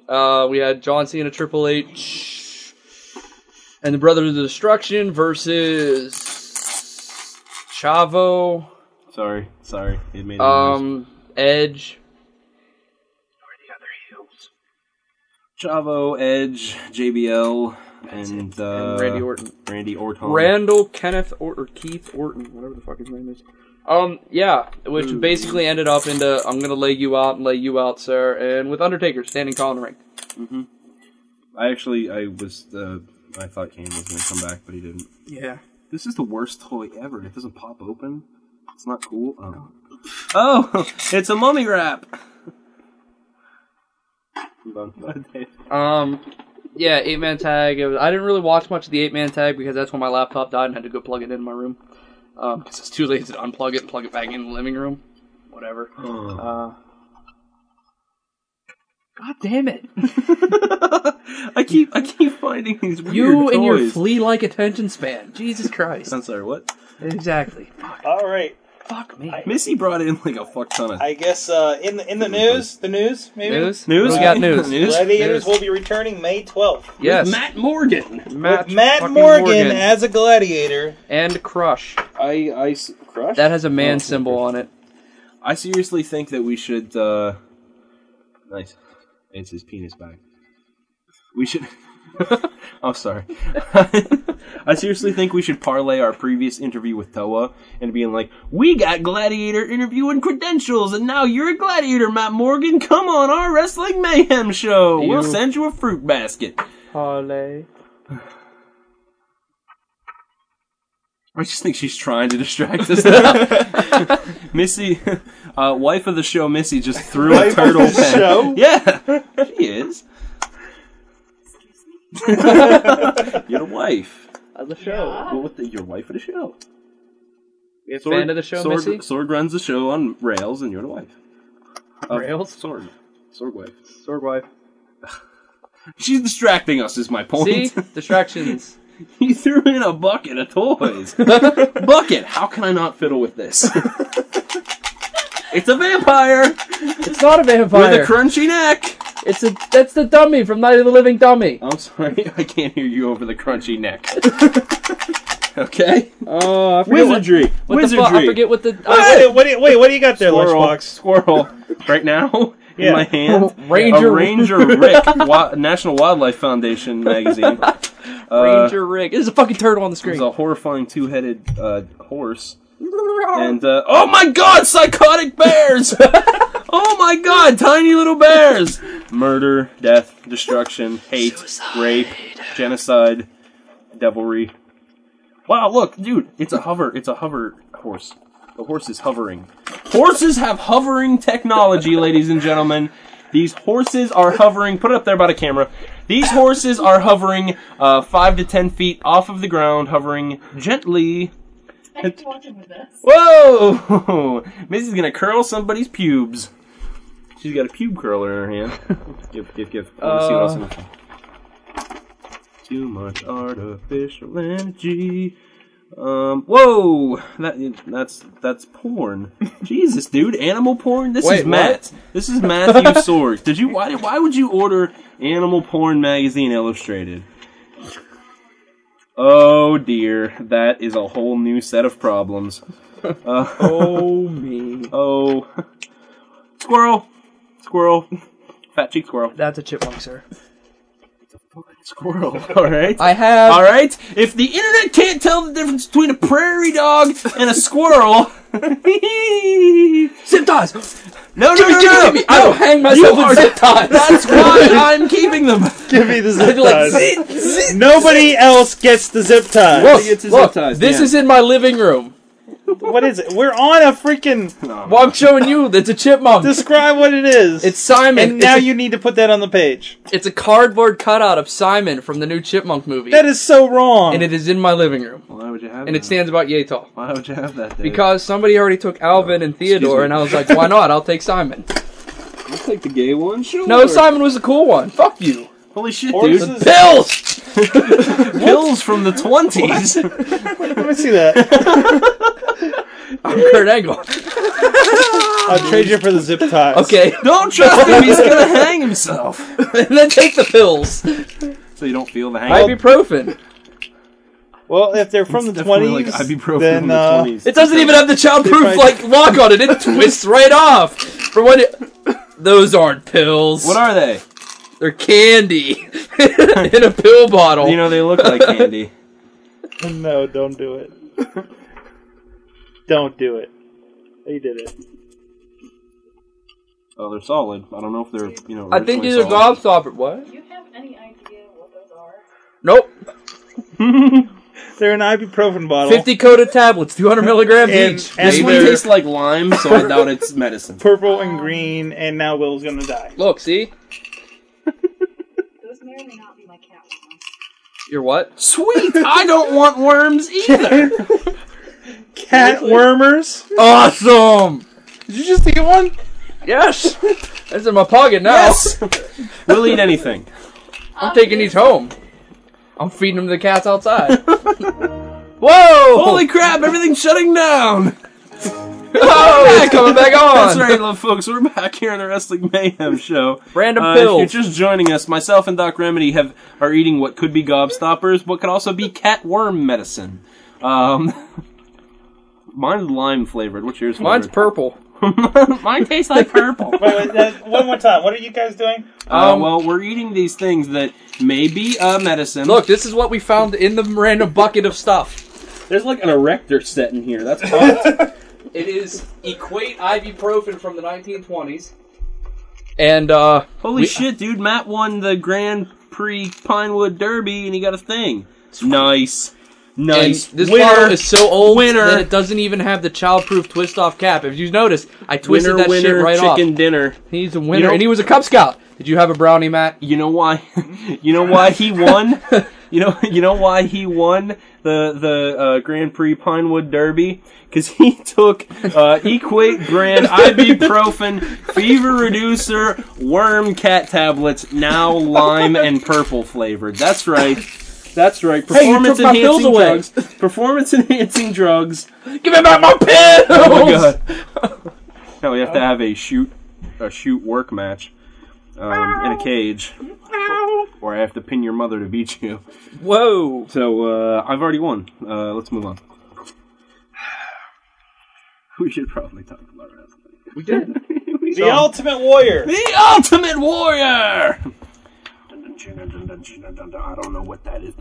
uh, we had John Cena, Triple H, and the Brothers of Destruction versus Chavo, Sorry. Sorry. It made. Um. um, Edge. Chavo, Edge, JBL, and, uh, And Randy Orton. Randy Orton. Randall Kenneth or, or Keith Orton, whatever the fuck his name is. Um, yeah, which Ooh. basically ended up into I'm gonna lay you out and lay you out, sir, and with Undertaker standing tall in the ring. hmm I actually, I was, uh, I thought Kane was going to come back, but he didn't. Yeah. This is the worst toy ever. It doesn't pop open. It's not cool. Oh, oh it's a mummy wrap. Um, yeah, eight man tag. It was, I didn't really watch much of the eight man tag because that's when my laptop died and I had to go plug it in my room. Um, 'cause it's too late to unplug it and plug it back in the living room. Whatever. Uh, God damn it! I keep, I keep finding these weird You and your toys. flea like attention span. Jesus Christ. I'm sorry, what? Exactly. All right. Fuck me. Missy brought in like a fuck ton of I guess uh, in the in the news, the news maybe News? News? We got news. News? Gladiators News. will be returning May twelfth. Yes. Matt Morgan. Matt, With Matt fucking Morgan, as a gladiator. and Crush. I, I s- crush. That has a man Oh. symbol on it. I seriously think that we should. uh Nice. It's his penis bag. We should. I'm sorry. I seriously think we should parlay our previous interview with Toa and being like, "We got Gladiator interview and credentials, and now you're a Gladiator, Matt Morgan. Come on our Wrestling Mayhem show. We'll You- send you a fruit basket." Parlay. I just think she's trying to distract us now. Missy, uh, wife of the show, Missy, just threw a Wife of turtle the pen. show? Yeah, she is. You're the wife of the show. Well, with the, your wife of the show. It's Sword- fan of the show, Sword, Missy. Sword Oh, runs the show on rails, and you're the wife. rails? Sword. Sword wife. Sword wife. She's distracting us, is my point. See? Distractions. you threw in a bucket of toys. bucket! How can I not fiddle with this? it's a vampire! It's not a vampire. With a crunchy neck! It's a that's the dummy from Night of the Living Dummy. I'm sorry, I can't hear you over the crunchy neck. okay? Oh, Wizardry! What Wizardry! The fuck? I forget what the. Hey! I, What do you, wait, what do you got there, squirrel, Lunchbox? Squirrel. Right now, Yeah. in my hand. Ranger- A Ranger Rick, Wa- National Wildlife Foundation magazine. Uh, Ranger Rick. There's a fucking turtle on the It was screen. a horrifying two-headed uh, horse. And uh, oh my god, psychotic bears! oh my god, tiny little bears! Murder, death, destruction, hate, rape, genocide, devilry. Wow, look, dude, it's a hover, it's a hover horse. The horse is hovering. Horses have hovering technology, ladies and gentlemen. These horses are hovering. Put it up there by the camera. These horses are hovering uh, five to ten feet off of the ground, hovering gently. Whoa! Missy's gonna curl somebody's pubes. She's got a pube curler in her hand. give, give, give. I wanna see what else in Uh, the- Too much artificial energy. Um. Whoa. That that's that's porn. Jesus, dude. Animal porn. This Wait, is what? Matt. This is Matthew Sorg. Did you why did- why would you order Animal Porn Magazine Illustrated? Oh dear, that is a whole new set of problems. Uh, oh me. Oh. Squirrel. Squirrel. Fat cheek squirrel. That's a chipmunk, sir. Squirrel. All right. I have. All right. If the internet can't tell the difference between a prairie dog and a squirrel, zip ties. No, no, Give no, me, give me, no, give me. I will hang myself with zip ties. That's why I'm keeping them. Give me the I'd zip be like, ties. zip, zip, Nobody else gets the zip ties. Look, look, this is in my living room. What is it? We're on a freaking. Well, I'm showing you. It's a chipmunk. Describe what it is. It's Simon. And now It's a- you need to put that on the page. It's a cardboard cutout of Simon from the new Chipmunk movie. That is so wrong. and it is in my living room. Why would you have And it stands about yay tall. Why would you have that? Dude? Because somebody already took Alvin and Theodore, me. and I was like, why not? I'll take Simon. I'll take the gay one. Sure. No, Simon was the cool one. Fuck you. Holy shit, The dude! pills! Pills from the twenties. Let me see that. I'm Kurt Angle. I'll trade you for the zip ties. Okay. Don't trust him. He's gonna hang himself. and then take the pills. So you don't feel the hang. Ibuprofen. Well, if they're from the definitely like twenties, ibuprofen then from the uh, 20s. It doesn't even have the childproof like lock on it. It twists right off. For what? It, those aren't pills. What are they? They're candy in a pill bottle. You know they look like candy. no, don't do it. don't do it. They did it. Oh, they're solid. I don't know if they're you know. I think these originally are gobstopper. What? you have any idea what those are? Nope. They're an ibuprofen bottle. Fifty coated tablets, two hundred milligrams And- each. and This one they're tastes like lime, so I doubt it's medicine. purple and green, and now Will's gonna die. Look, see, Those may or may not be my cat. you're what? Sweet! I don't want worms either! Cat wormers? Awesome. Did you just get one? Yes. That's in my pocket now. Yes! we'll eat anything. I'm taking these home. I'm feeding them to the cats outside. Whoa! Holy crap, everything's shutting down! oh, it's coming back on. That's right, love folks, we're back here on the Wrestling Mayhem show. Random Uh, pills. If you're just joining us, myself and Doc Remedy have are eating what could be gobstoppers, but could also be cat worm medicine. Um, mine's lime flavored. What's yours? Mine's flavored? purple. Mine tastes like purple. Wait, wait, that, one more time. What are you guys doing? Uh, well, we're eating these things that may be uh, medicine. Look, this is what we found in the random bucket of stuff. there's like an erector set in here. That's hot. It is equate ibuprofen from the 1920s. And uh, Holy shit, dude! Matt won the Grand Prix Pinewood Derby, and he got a thing. Nice. Nice. And this Winner. bottle is so old Winner. that it doesn't even have the child-proof twist-off cap. If you notice, I twisted winner, that winner, shit right chicken off. dinner. He's a winner, and he was a Cub Scout. Did you have a brownie, Matt? You know why? you know why he won? you know you know why he won the the uh, Grand Prix Pinewood Derby? Because he took uh, Equate brand ibuprofen fever reducer worm cat tablets, now lime and purple flavored. That's right. That's right. Hey, you took Performance my pills enhancing away. drugs. Performance enhancing drugs. Give me back my pills. Oh my god. No, we have to have a shoot a shoot work match um, in a cage, or I have to pin your mother to beat you. Whoa! So uh, I've already won. Uh, let's move on. We should probably talk about wrestling. We did. The Ultimate Warrior. The Ultimate Warrior. I don't know what that is.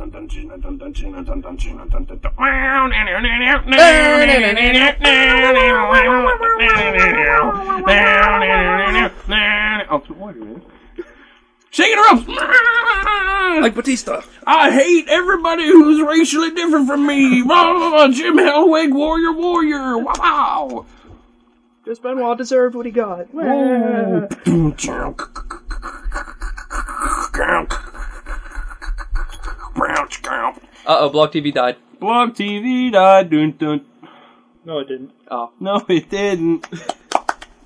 Shaking the ropes. Like Batista. I hate everybody who's racially different from me. Blah, blah, blah, Jim Hellwig, warrior, warrior. Wow. Just Benoit deserved what he got. Brown scalp. Uh oh, Block TV died. Blog TV died. Dun, dun. No, it didn't. Oh. No, it didn't.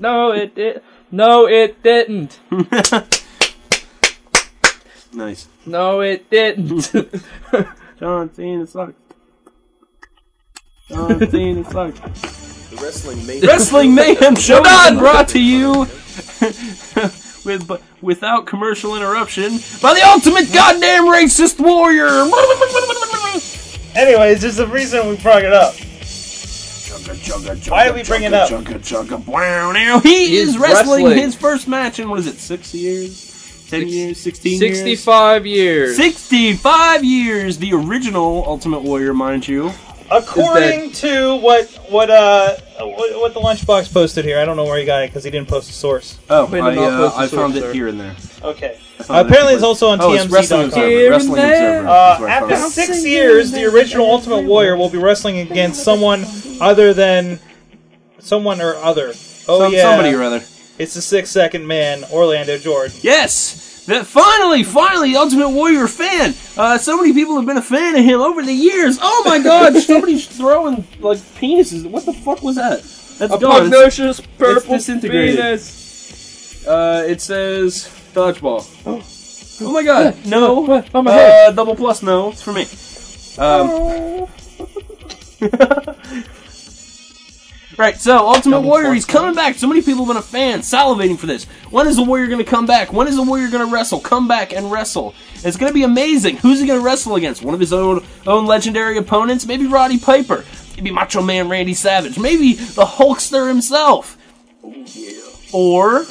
No, it did. No, it didn't. Nice. no, it didn't. John Cena sucks. John Cena sucks. The wrestling mayhem. Wrestling Mayhem Show We're is brought to you with without commercial interruption by the ultimate goddamn racist warrior. Anyways, there's a reason we brought it up. Why did we bring it up? Wow, now he is, is wrestling, wrestling. his first match in what is it, six years? Ten years? Sixteen years? 65 years. 65 years! The original Ultimate Warrior, mind you. According to what what uh what, what the lunchbox posted here, I don't know where he got it because he didn't post a source. Oh, I, uh, I found it here and there. Okay. found Uh, apparently, it. it's also on Oh, it's TMZ. Wrestling Observer. Wrestling Observer. Uh, That's where I after found it. six years, the original Ultimate Warrior will be wrestling against someone other than someone or other. Oh Some- yeah, somebody or other. It's the six-second man, Orlando Jordan. Yes! That finally, finally, Ultimate Warrior fan! Uh, so many people have been a fan of him over the years. Oh my god, somebody's throwing, like, penises. What the fuck was that? That's A gone. It's- pugnacious it's purple disintegrated. penis. Uh, it says dodgeball. Oh, my god, no. Oh my Uh, double plus no, it's for me. Um, right, so Ultimate Warrior, he's coming back. So many people have been a fan, salivating for this. When is the Warrior going to come back? When is the Warrior going to wrestle? Come back and wrestle. It's going to be amazing. Who's he going to wrestle against? One of his own own legendary opponents? Maybe Roddy Piper. Maybe Macho Man Randy Savage. Maybe the Hulkster himself. Or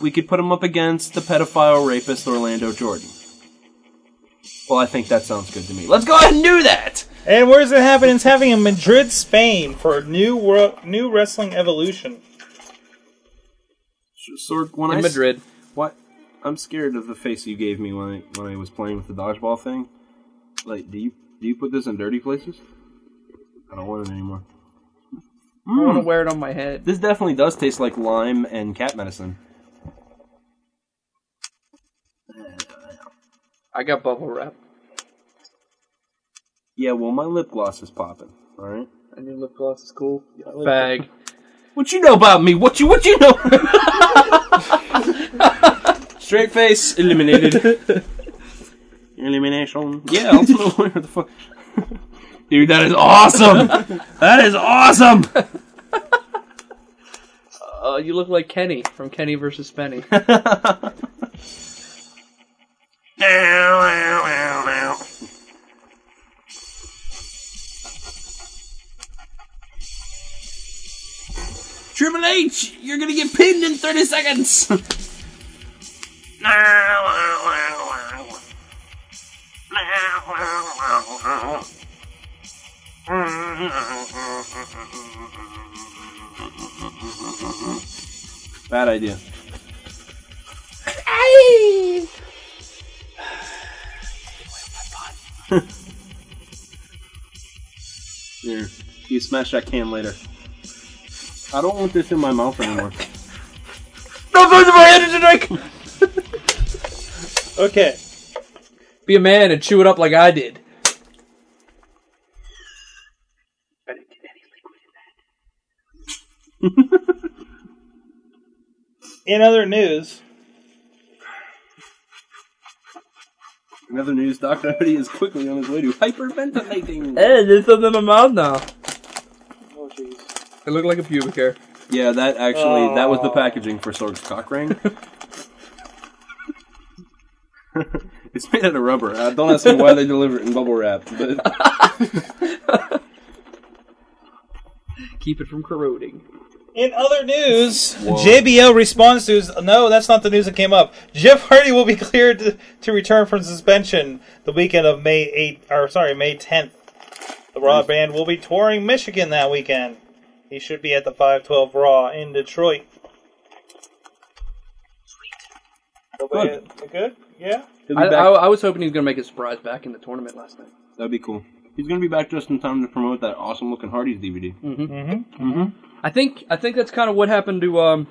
we could put him up against the pedophile rapist Orlando Jordan. Well, I think that sounds good to me. Let's go ahead and do that. And where's it happening? It's happening in Madrid, Spain, for new world, new wrestling evolution. Sorg, when In I s- Madrid. What? I'm scared of the face you gave me when I when I was playing with the dodgeball thing. Like, do you do you put this in dirty places? I don't want it anymore. I want to Mm. wear it on my head. This definitely does taste like lime and cat medicine. I got bubble wrap. Yeah, well, my lip gloss is popping. All right. And your lip gloss is cool. Bag. What you know about me? What you what you know? Straight face eliminated. Elimination. Yeah, Ultimate Warrior. The fuck, dude, that is awesome. that is awesome. Uh, you look like Kenny from Kenny versus Penny. Triple H, you're gonna get pinned in 30 seconds. Bad idea. You smash that can later. I don't want this in my mouth anymore. No voice of my energy drink. okay. Be a man and chew it up like I did. In other news, In other news, Dr. Hoodie is quickly on his way to hyperventilating. Hey, there's something in my mouth now. oh jeez, It looked like a pubic hair. Yeah, that actually, that was the Aw. packaging for Sorg's cock ring. it's made out of rubber. Uh, don't ask me why they deliver it in bubble wrap, but Keep it from corroding. in other news, Whoa. JBL responds to his, no, that's not the news that came up. Jeff Hardy will be cleared to, to return from suspension the weekend of May 8th, or sorry, May 10th. The Raw Hmm. band will be touring Michigan that weekend. He should be at the 512 Raw in Detroit. Good. Good? Yeah? He'll be I, back. I, I was hoping he was going to make his surprise back in the tournament last night. that'd be cool. He's gonna be back just in time to promote that awesome looking Hardy's DVD. Mm-hmm. Mm-hmm. I think I think that's kind of what happened to um,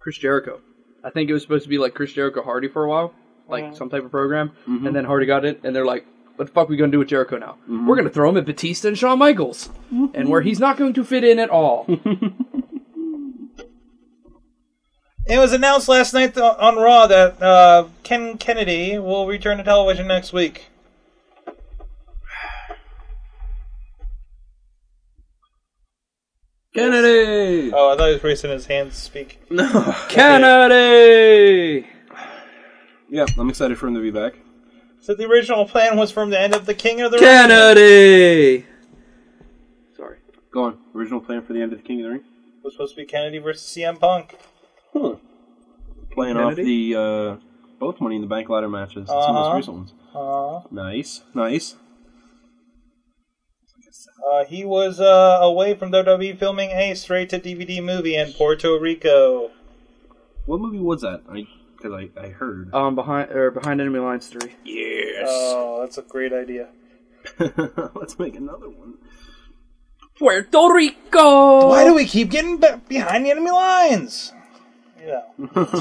Chris Jericho. I think it was supposed to be like Chris Jericho Hardy for a while, like some type of program, Mhm. and then Hardy got it, and they're like, "What the fuck are we gonna do with Jericho now? We're gonna throw him at Batista and Shawn Michaels, and where he's not going to fit in at all." It was announced last night th- on Raw that uh, Ken Kennedy will return to television next week. Kennedy! Oh, I thought he was raising his hands to speak. No. Kennedy! Yeah, I'm excited for him to be back. So the original plan was for him to end up the king of the Kennedy! Sorry. Go on. Original plan for the end of the King of the Ring? Ring. It was supposed to be Kennedy versus CM Punk. Playing Kennedy? off the uh, both Money in the Bank ladder matches. That's the Uh-huh. most recent ones. Uh, Nice, nice. uh, he was uh, away from WWE filming a straight to DVD movie in Puerto Rico. What movie was that? I because I, I heard. Um, behind or behind enemy lines three. Yes. Oh, that's a great idea. Let's make another one. Puerto Rico. Why do we keep getting be- behind the enemy lines? Yeah.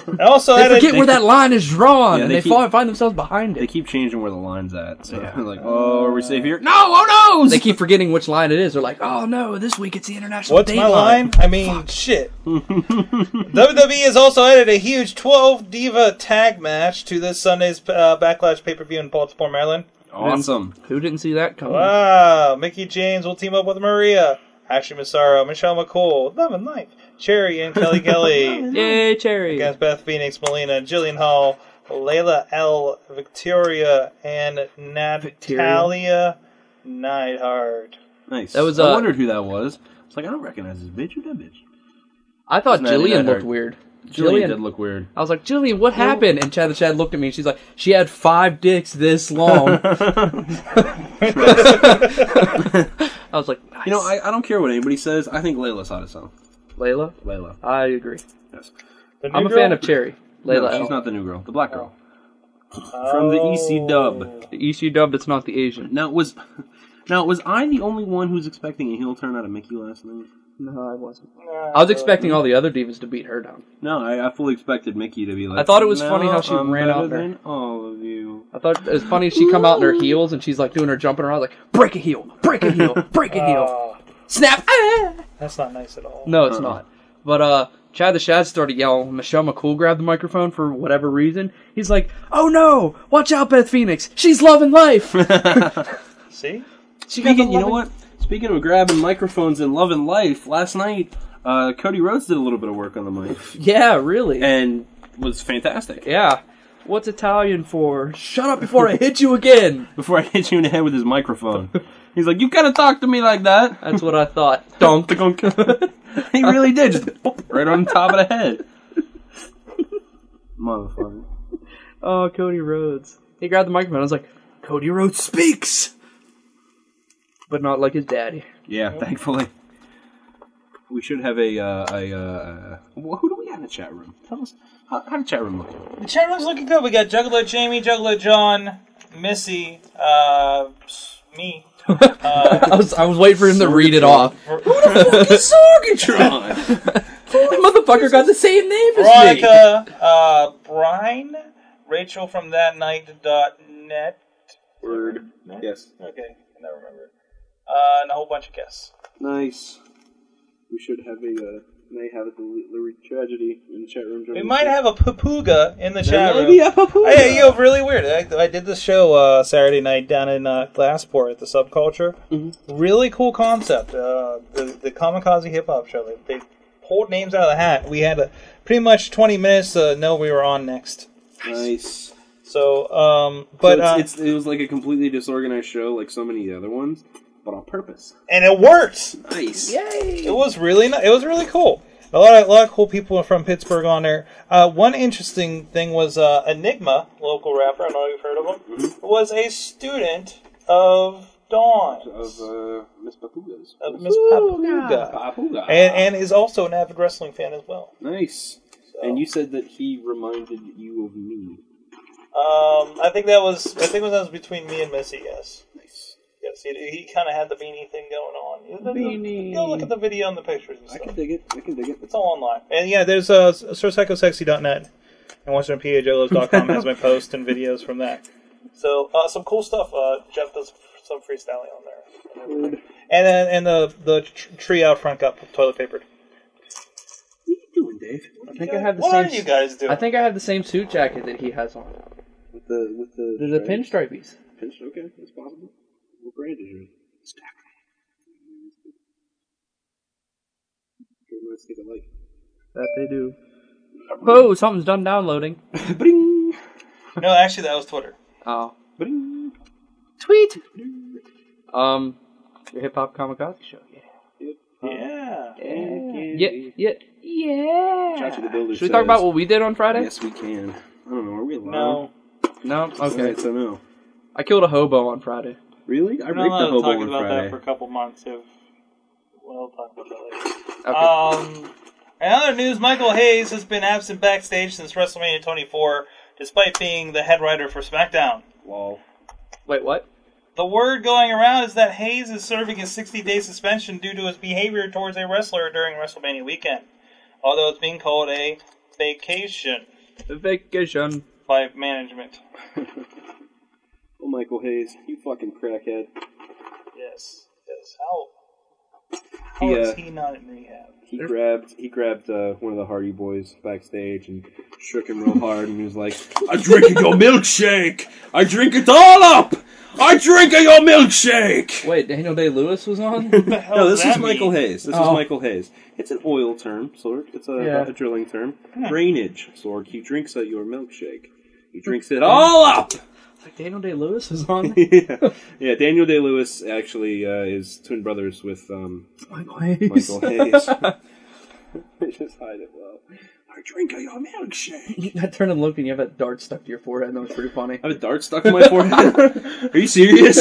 And also, They that forget where that line is drawn, and they, keep- fall, find themselves behind it. They keep changing where the line's at. So they're like, oh, are we safe here? No, oh no! They keep forgetting which line it is. They're like, oh no, this week it's the international. What's my dateline. line? I mean, shit. WWE has also added a huge 12 Diva tag match to this Sunday's uh, Backlash pay per view in Baltimore, Maryland. Awesome. Who didn't see that Hmm. coming? Wow. Mickey James will team up with Maria, Ashley Massaro, Michelle McCool, Love and Life, Cherry, and Kelly Kelly. Yay, Cherry. Against Beth Phoenix, Melina, Jillian Hall, Layla L, Victoria, and Natalia Neidhart. Nice. That was, I uh, wondered who that was. It's like I don't recognize this bitch. Who that bitch? I thought Isn't that- Jillian that looked hurt? weird. Jillian, Jillian- did look weird. I was like, Jillian, what happened? And Chad the Chad looked at me and she's like, she had five dicks this long. I was like, You know, I, I don't care what anybody says. I think Layla's hottest song. Layla? Layla. I agree. Yes. The new I'm a girl? fan of Cherry. Layla. no, L. she's not the new girl. The black girl. From the EC dub. The EC dub that's not the Asian. Now was now was I the only one who's expecting a heel turn out of Mickey last night? No, I wasn't. I was expecting all the other divas to beat her down. No, I, I fully expected Mickey to be like. I thought it was "No, funny how she I'm ran better out there. than all of you. I thought it was funny she come out in her heels and she's like doing her jumping around like break a heel, break a heel, break a heel. Ah. Snap! Ah. That's not nice at all. No, it's not. But uh Chad the Shad started yelling. Michelle McCool grabbed the microphone for whatever reason. He's like, "Oh no! Watch out, Beth Phoenix. She's loving life." See? Speaking, you know what? Speaking of grabbing microphones and loving life, last night uh, Cody Rhodes did a little bit of work on the mic yeah, really. and was fantastic. Yeah. What's Italian for? Shut up before I hit you again. Before I hit you in the head with his microphone, he's like, "You gotta talk to me like that." That's what I thought. Dunk. he really did, just boop, right on top of the head. Motherfucker. Oh, Cody Rhodes. He grabbed the microphone. I was like, "Cody Rhodes speaks." But not like his daddy. Yeah, thankfully. We should have a, uh, a, uh, wh- who do we have in the chat room? Tell us, how, how the chat room look? The chat room's looking good. We got Juggalo Jamie, Juggalo John, Missy, uh, me. I was I was waiting for him to read it off. Who the fuck is Sorgatron? Motherfucker got the same name as me. Veronica, uh, Brine, Rachel from that night dot net. Word. Yes. Okay, I never remember. Uh, and a whole bunch of guests. Nice. We should have a uh, may have a delivery tragedy in the chat room. We might have a papuga in the There chat may room. be a papuga. Hey, yo, really weird. I, I did this show uh, Saturday night down in uh, Glassport at the Subculture. Mm-hmm. Really cool concept. Uh, the, the Kamikaze Hip Hop Show. They, they pulled names out of the hat. We had uh pretty much 20 minutes to know we were on next. Nice. So, um, but it's, uh, it's, it was like a completely disorganized show, like so many other ones, but on purpose. and it worked. Nice. It was really ni- it was really cool. A lot of a lot of cool people from Pittsburgh on there. Uh, one interesting thing was uh, Enigma, local rapper. I don't know if you've heard of him. Was a student of Dawn Of uh, Miss Papuga's. of Miss Papuga, Papuga. and and is also an avid wrestling fan as well. nice. And you said that he reminded you of me. Um, I think that was I think that was between me and Missy. Yes. Nice. Yes, he, he kind of had the beanie thing going on. Beanie. Go look at the video and the pictures. And stuff. I can dig it. I can dig it. It's all online. And yeah, there's uh, SirPsychoSexy.net and WesternPHLoves.com has my posts and videos from that. So uh, some cool stuff. Uh, Jeff does some freestyling on there. And then and the the tr- tree out front got toilet papered. Doing Dave. I think I have the What same. are you guys doing? I think I have the same suit jacket that he has on. With the with the the, pinstripies. Pinch, okay, that's possible. What brand is yours? Stack. Very nice thing I like. Mm-hmm. That they do. Whoa, something's done downloading. No, actually that was Twitter. Oh. Tweet. Um, your hip hop kamikaze show. Yeah. Yeah. Yeah. Yeah. Shout out to the builder Should we talk says- about what we did on Friday? Yes, we can. I don't know. Are we allowed? No. No. Okay. Alright, so no. I killed a hobo on Friday. Really? I We're not raped allowed a to hobo talk on about Friday. that for a couple months. If we'll talk about that Okay. later. Um, in other news, Michael Hayes has been absent backstage since WrestleMania 24, despite being the head writer for SmackDown. Wow. Wait, what? The word going around is that Hayes is serving a 60-day suspension due to his behavior towards a wrestler during WrestleMania weekend, although it's being called a vacation Vacation. by management. Oh, Michael Hayes, you fucking crackhead. Yes, yes. How, how He, is uh, he not in rehab? He grabbed he grabbed uh, one of the Hardy Boys backstage and shook him real hard and he was like, "I drink your milkshake. I drink it all up. I drink your milkshake." Wait, Daniel Day Lewis was on. no, this is Michael Hayes. This Oh. is Michael Hayes. It's an oil term, Sork. It's a, Yeah. a drilling term. Drainage, Sork. He drinks uh, your milkshake. He drinks it all up. Like Daniel Day Lewis was on. yeah. yeah, Daniel Day Lewis actually uh, is twin brothers with um, Michael Hayes. Michael Hayes. they just hide it well. I drink your milkshake. I turned and looked, and you have a dart stuck to your forehead. and That was pretty funny. I have a dart stuck in my forehead. Are you serious?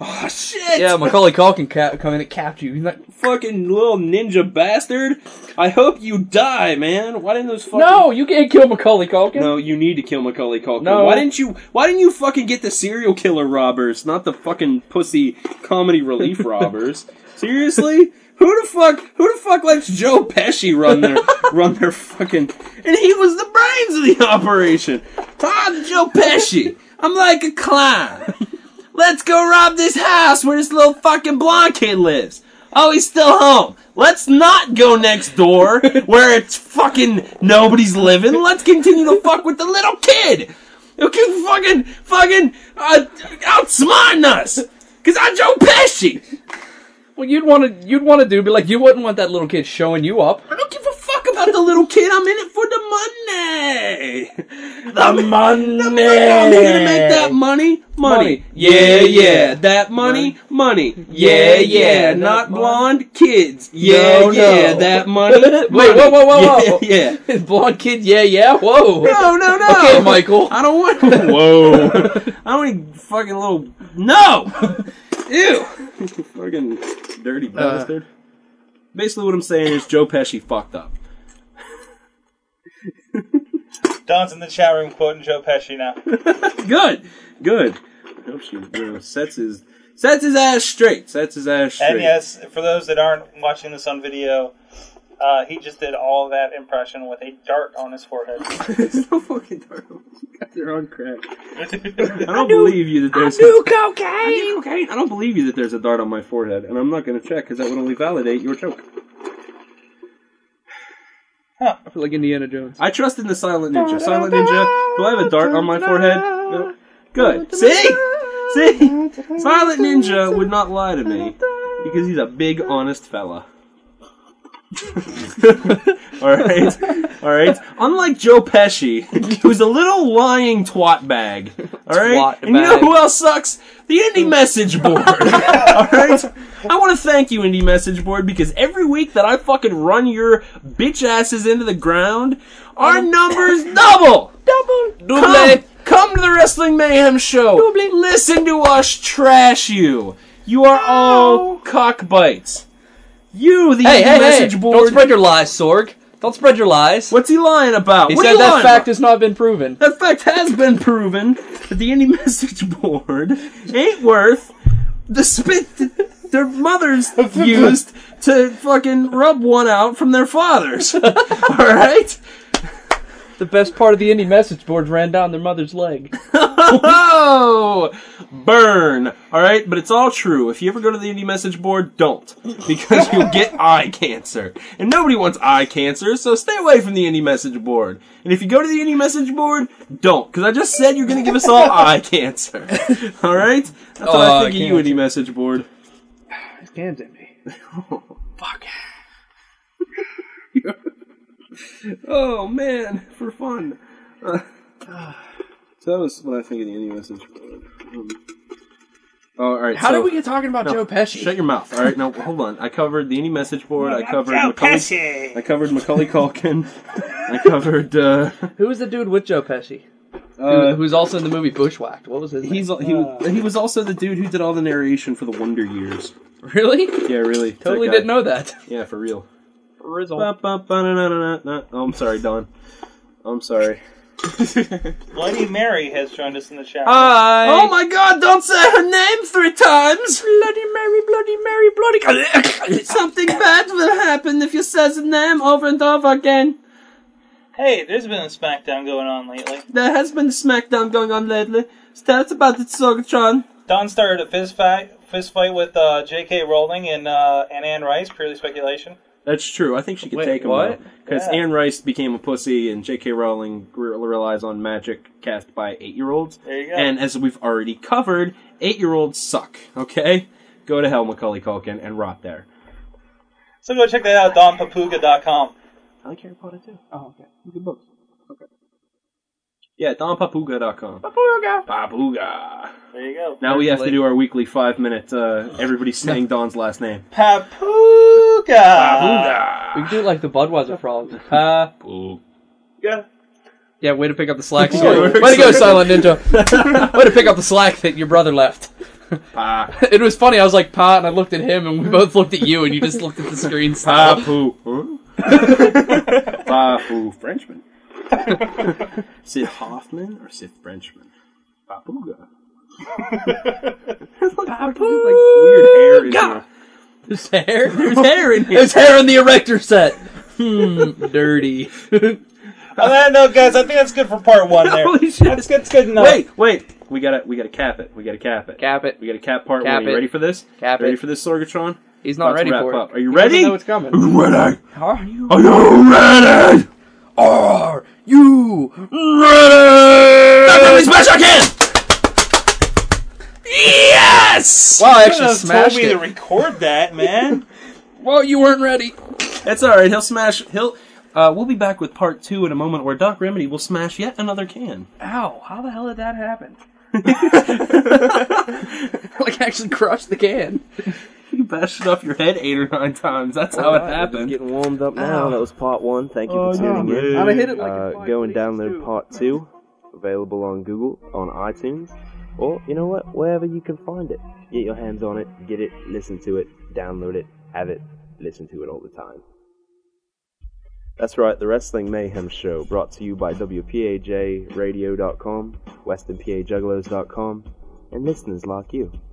oh shit! Yeah, Macaulay Culkin ca- come in and capped you. He's like, Fucking little ninja bastard! I hope you die, man. Why didn't those fucking no, you can't kill Macaulay Culkin. No, you need to kill Macaulay Culkin. No. Why didn't you? Why didn't you fucking get the serial killer robbers, not the fucking pussy comedy relief robbers? Seriously, who the fuck? Who the fuck lets Joe Pesci run their run their fucking? And he was the brains of the operation. Todd Joe Pesci. I'm like a clown. Let's go rob this house where this little fucking blonde kid lives. Oh, he's still home. Let's not go next door where it's fucking nobody's living. Let's continue to fuck with the little kid who can fucking fucking uh, outsmarting us. Cause I'm Joe Pesci. Well, you'd want to, you'd want to do, but like, you wouldn't want that little kid showing you up. I don't give a fuck about the little kid. I'm in it for the money. The money. The money. I'm here to make that money. Money. Money. Yeah, yeah. Yeah. That money. Money. Yeah, yeah. yeah. Not blonde kids. Yeah, No, yeah. no. That money. Wait, money. whoa, whoa, whoa, whoa. Yeah, yeah. Blonde kid, yeah, yeah. Whoa. No, no, no. Okay, Michael. I don't want. Whoa. I don't need fucking little. No. Ew. fucking dirty bastard. Basically, what I'm saying is Joe Pesci fucked up. Don's in the chat room quoting Joe Pesci now. Good, good. I hope she you know, sets his Sets his ass straight. Sets his ass straight. And yes, for those that aren't watching this on video, uh, he just did all that impression with a dart on his forehead. They're on crack. I don't believe you that there's. do cocaine. I do cocaine. I don't believe you that there's a dart on my forehead, and I'm not going to check because that would only validate your joke. I feel like Indiana Jones. I trust in the Silent Ninja. Silent Ninja, do I have a dart on my forehead? No. Good. See? See? Silent Ninja would not lie to me because he's a big, honest fella. Alright? Alright? Unlike Joe Pesci, who's a little lying twat bag. Alright? Twat And you know bag. who else sucks? The indie message board. Alright? I want to thank you, Indie Message Board, because every week that I fucking run your bitch asses into the ground, our numbers double! Double! Come, come to the Wrestling Mayhem Show! Listen to us trash you! You are all cockbites. You, the Hey, Indie hey, Message hey. Board. Don't spread your lies, Sorg. Don't spread your lies. What's he lying about? He What are said you that lying fact has not been proven. That fact has been proven that the Indie Message Board ain't worth the spit that their mothers used to fucking rub one out from their fathers. Alright? The best part of the indie message board ran down their mother's leg. oh, burn. All right, but it's all true. If you ever go to the indie message board, don't because you'll get eye cancer, and nobody wants eye cancer. So stay away from the indie message board. And if you go to the indie message board, don't because I just said you're going to give us all eye cancer. All right, that's what Oh, Eye I think of cancer. you, indie message board. His hands at me. Oh man, for fun. Uh, So that was what I think of the indie message. Um, oh, all right. How so- did we get talking about No. Joe Pesci? Shut your mouth. All right, now hold on. I covered the any message board. I covered Joe Macaulay. Pesci. I covered Macaulay Culkin. I covered. Uh, Who was the dude with Joe Pesci? Uh, Who, Uh. who's also in the movie Bushwhacked? What was his he's name? he he was also the dude who did all the narration for the Wonder Years. Really? Yeah, really. Totally That guy. didn't know that. Yeah, for real. Rizzle. Ba, ba, ba, na, na, na, na, na. Oh, I'm sorry, Don. I'm sorry. Bloody Mary has joined us in the chat. Oh my god, don't say her name three times! Bloody Mary, Bloody Mary, Bloody. Something bad will happen if you say the name over and over again. Hey, there's been a SmackDown going on lately. There has been a SmackDown going on lately. Tell us about it, Sorgatron. Don started a fist fight, fist fight with uh, J.K. Rowling and uh, and Anne Rice. Purely speculation. That's true. I think she could Wait, take him what? because Yeah. Anne Rice became a pussy, and J.K. Rowling re- relies on magic cast by eight-year-olds. There you go. And as we've already covered, eight-year-olds suck. Okay, go to hell, Macaulay Culkin, and rot there. So go check that out, DonPapuga.com. I like Harry Potter too. Oh, okay. Good books. Okay. Yeah, donpapuga.com. Papuga. Papuga. There you go. Now we have to do our weekly five-minute. Uh, everybody saying Don's last name. Papuga. Papuga. We can do it like the Budweiser frogs. Uh, Yeah. yeah, way to pick up the slack. Yeah, Sorg. we're way to go, Silent excited. Ninja. way to pick up the slack that your brother left. Pa. It was funny. I was like, "Pa," and I looked at him, and we both looked at you, and you just looked at the screen. still. Papu. Papu Frenchman. Is it Hoffman or Sith Frenchman? Papuga. Weird hair in here. There's hair. There's hair in here. There's hair in the erector set. Hmm, dirty. On that note, guys, I think that's good for part one. There. Holy shit. That's good. That's good enough. Wait, wait. We gotta, we gotta cap it. We gotta cap it. Cap it. We gotta cap part Cap one. Are you it. ready for this? Cap ready it. for this, Sorgatron? He's not About to ready wrap for it. Up. Are you He doesn't ready? know it's coming. ready? Are you? Are you ready? Are you ready? Smash again! Yes! Wow, I You actually should've smashed told me it. to record that, man. well, you weren't ready. That's all right. He'll smash. He'll. Uh, we'll be back with part two in a moment, where Doc Remedy will smash yet another can. Ow! How the hell did that happen? like actually crushed the can. You bashed it off your head eight or nine times. That's how it happened. Getting warmed up now. Ow. That was part one. Thank you for Oh, tuning yeah. in. I'd have hit it like uh, in five go and download part two, available on Google, on iTunes, or you know what, wherever you can find it. Get your hands on it, get it, listen to it, download it, have it, listen to it all the time. That's right, the Wrestling Mayhem Show, brought to you by WPAJRadio.com, WesternPAJugglers.com, and listeners like you.